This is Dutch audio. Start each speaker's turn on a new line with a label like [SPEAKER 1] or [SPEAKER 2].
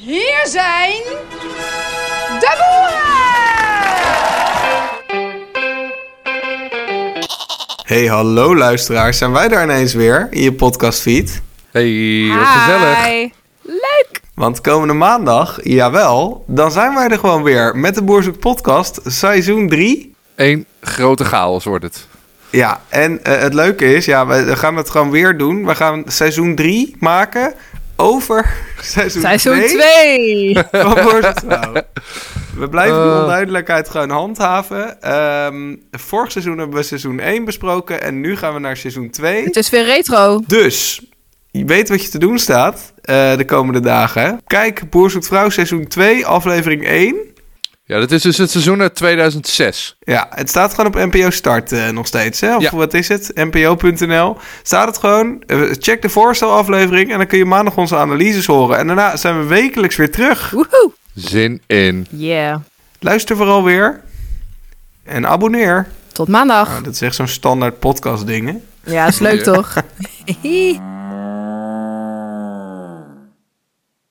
[SPEAKER 1] Hier zijn de boeren!
[SPEAKER 2] Hey, hallo luisteraars. Zijn wij daar ineens weer in je podcastfeed?
[SPEAKER 3] Hey, wat gezellig.
[SPEAKER 1] Hi. Leuk!
[SPEAKER 2] Want komende maandag, jawel, dan zijn wij er gewoon weer met de Boerzoek Podcast, seizoen 3.
[SPEAKER 3] Eén grote chaos wordt het.
[SPEAKER 2] Ja, en eh, het leuke is, ja, we gaan het gewoon weer doen. We gaan seizoen 3 maken over seizoen 2.
[SPEAKER 1] Seizoen 2!
[SPEAKER 2] Wat wordt het nou? We blijven de
[SPEAKER 3] Eh.
[SPEAKER 2] onduidelijkheid gewoon handhaven. Ehm, vorig seizoen hebben we seizoen 1 besproken en nu gaan we naar seizoen 2.
[SPEAKER 1] Het is weer retro.
[SPEAKER 2] Dus, je weet wat je te doen staat eh, de komende dagen. Kijk Boer zoekt vrouw seizoen 2, aflevering 1.
[SPEAKER 3] Ja, dat is dus het seizoen uit 2006.
[SPEAKER 2] Ja, het staat gewoon op NPO Start eh, nog steeds. Hè? Of
[SPEAKER 3] Ja.
[SPEAKER 2] wat is het? NPO.nl. Staat het gewoon. Eh, check de voorstelaflevering en dan kun je maandag onze analyses horen. En daarna zijn we wekelijks weer terug.
[SPEAKER 1] Woehoe!
[SPEAKER 3] Zin in.
[SPEAKER 1] Yeah.
[SPEAKER 2] Luister vooral weer. En abonneer.
[SPEAKER 1] Tot maandag.
[SPEAKER 2] Nou, dat is echt zo'n standaard podcast ding, hè?
[SPEAKER 1] Ja, is leuk
[SPEAKER 3] Ja.
[SPEAKER 1] toch?